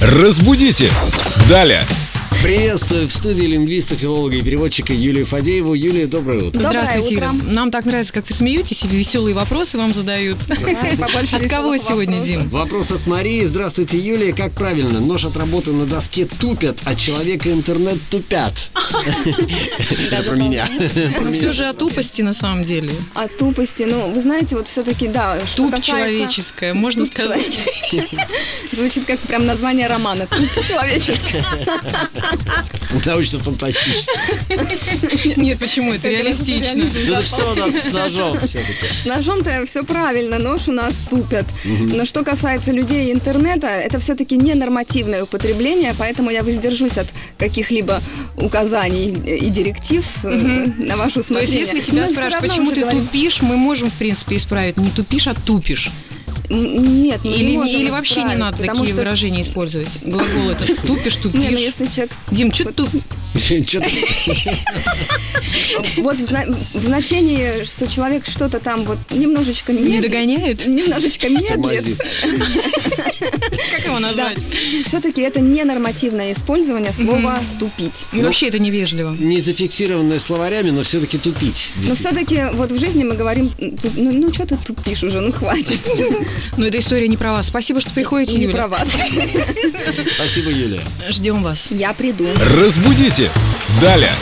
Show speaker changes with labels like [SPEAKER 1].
[SPEAKER 1] Разбудите! Далее!
[SPEAKER 2] Пресса э, в студии лингвиста, филолога и переводчика Юлию Фадееву. Юлия, доброе утро.
[SPEAKER 3] Доброе
[SPEAKER 4] Здравствуйте,
[SPEAKER 3] утро.
[SPEAKER 4] Юля. Нам так нравится, как вы смеетесь, и веселые вопросы вам задают.
[SPEAKER 3] побольше
[SPEAKER 4] От кого
[SPEAKER 3] веселых
[SPEAKER 4] сегодня,
[SPEAKER 3] вопросов.
[SPEAKER 4] Дим?
[SPEAKER 2] Вопрос от Марии. Здравствуйте, Юлия. Как правильно? Нож от работы на доске тупят, а человека интернет тупят. Это про меня.
[SPEAKER 4] Ну, все же о тупости на самом деле.
[SPEAKER 3] О тупости. Ну, вы знаете, вот все-таки, да, что
[SPEAKER 4] Туп
[SPEAKER 3] касается-
[SPEAKER 4] человеческая, можно
[SPEAKER 3] Туп
[SPEAKER 4] сказать.
[SPEAKER 3] человеческая. Звучит как прям название романа. Туп человеческая.
[SPEAKER 2] Научно-фантастически.
[SPEAKER 4] Нет, почему? Это
[SPEAKER 3] Как раз
[SPEAKER 4] реалистично.
[SPEAKER 3] реализм, да.
[SPEAKER 2] Ну так что у нас с ножом все-таки?
[SPEAKER 3] С ножом-то все правильно, нож у нас тупят. Но что касается людей и интернета, это все-таки ненормативное употребление, поэтому я воздержусь от каких-либо указаний и директив э, на ваше
[SPEAKER 4] То есть,
[SPEAKER 3] усмотрение.
[SPEAKER 4] если тебя
[SPEAKER 3] Но ну, всё
[SPEAKER 4] спрашивают,
[SPEAKER 3] равно
[SPEAKER 4] почему
[SPEAKER 3] уже
[SPEAKER 4] ты
[SPEAKER 3] говорю,
[SPEAKER 4] тупишь, мы можем, в принципе, исправить. Не тупишь, а тупишь.
[SPEAKER 3] м, Нет, мы
[SPEAKER 4] Или,
[SPEAKER 3] не можем
[SPEAKER 4] или вообще не
[SPEAKER 3] исправить,
[SPEAKER 4] надо
[SPEAKER 3] потому
[SPEAKER 4] такие
[SPEAKER 3] что-
[SPEAKER 4] выражения использовать. Глагол это тупишь,
[SPEAKER 3] Не, ну
[SPEAKER 4] тупишь.
[SPEAKER 3] если человек
[SPEAKER 4] Дим, что тут?
[SPEAKER 2] Чё ты-
[SPEAKER 3] Вот в, зна- в значении, что человек что-то там вот немножечко медлит.
[SPEAKER 4] догоняет?
[SPEAKER 3] Немножечко медлит.
[SPEAKER 2] тормозит?
[SPEAKER 4] Как его
[SPEAKER 3] Да.
[SPEAKER 4] назвать?
[SPEAKER 3] Все-таки это ненормативное использование слова тупить.
[SPEAKER 4] И Вообще это невежливо.
[SPEAKER 2] Не зафиксированное словарями, но все-таки тупить.
[SPEAKER 3] Но все-таки вот в жизни мы говорим, «Ту- ну, что ты тупишь уже, ну хватит.
[SPEAKER 4] Но эта история не про вас. Спасибо, что приходите,
[SPEAKER 3] И не про
[SPEAKER 4] Юля.
[SPEAKER 3] вас.
[SPEAKER 2] Спасибо, Юлия.
[SPEAKER 4] Ждем вас. А
[SPEAKER 3] Я приду.
[SPEAKER 1] Разбудите! Далее!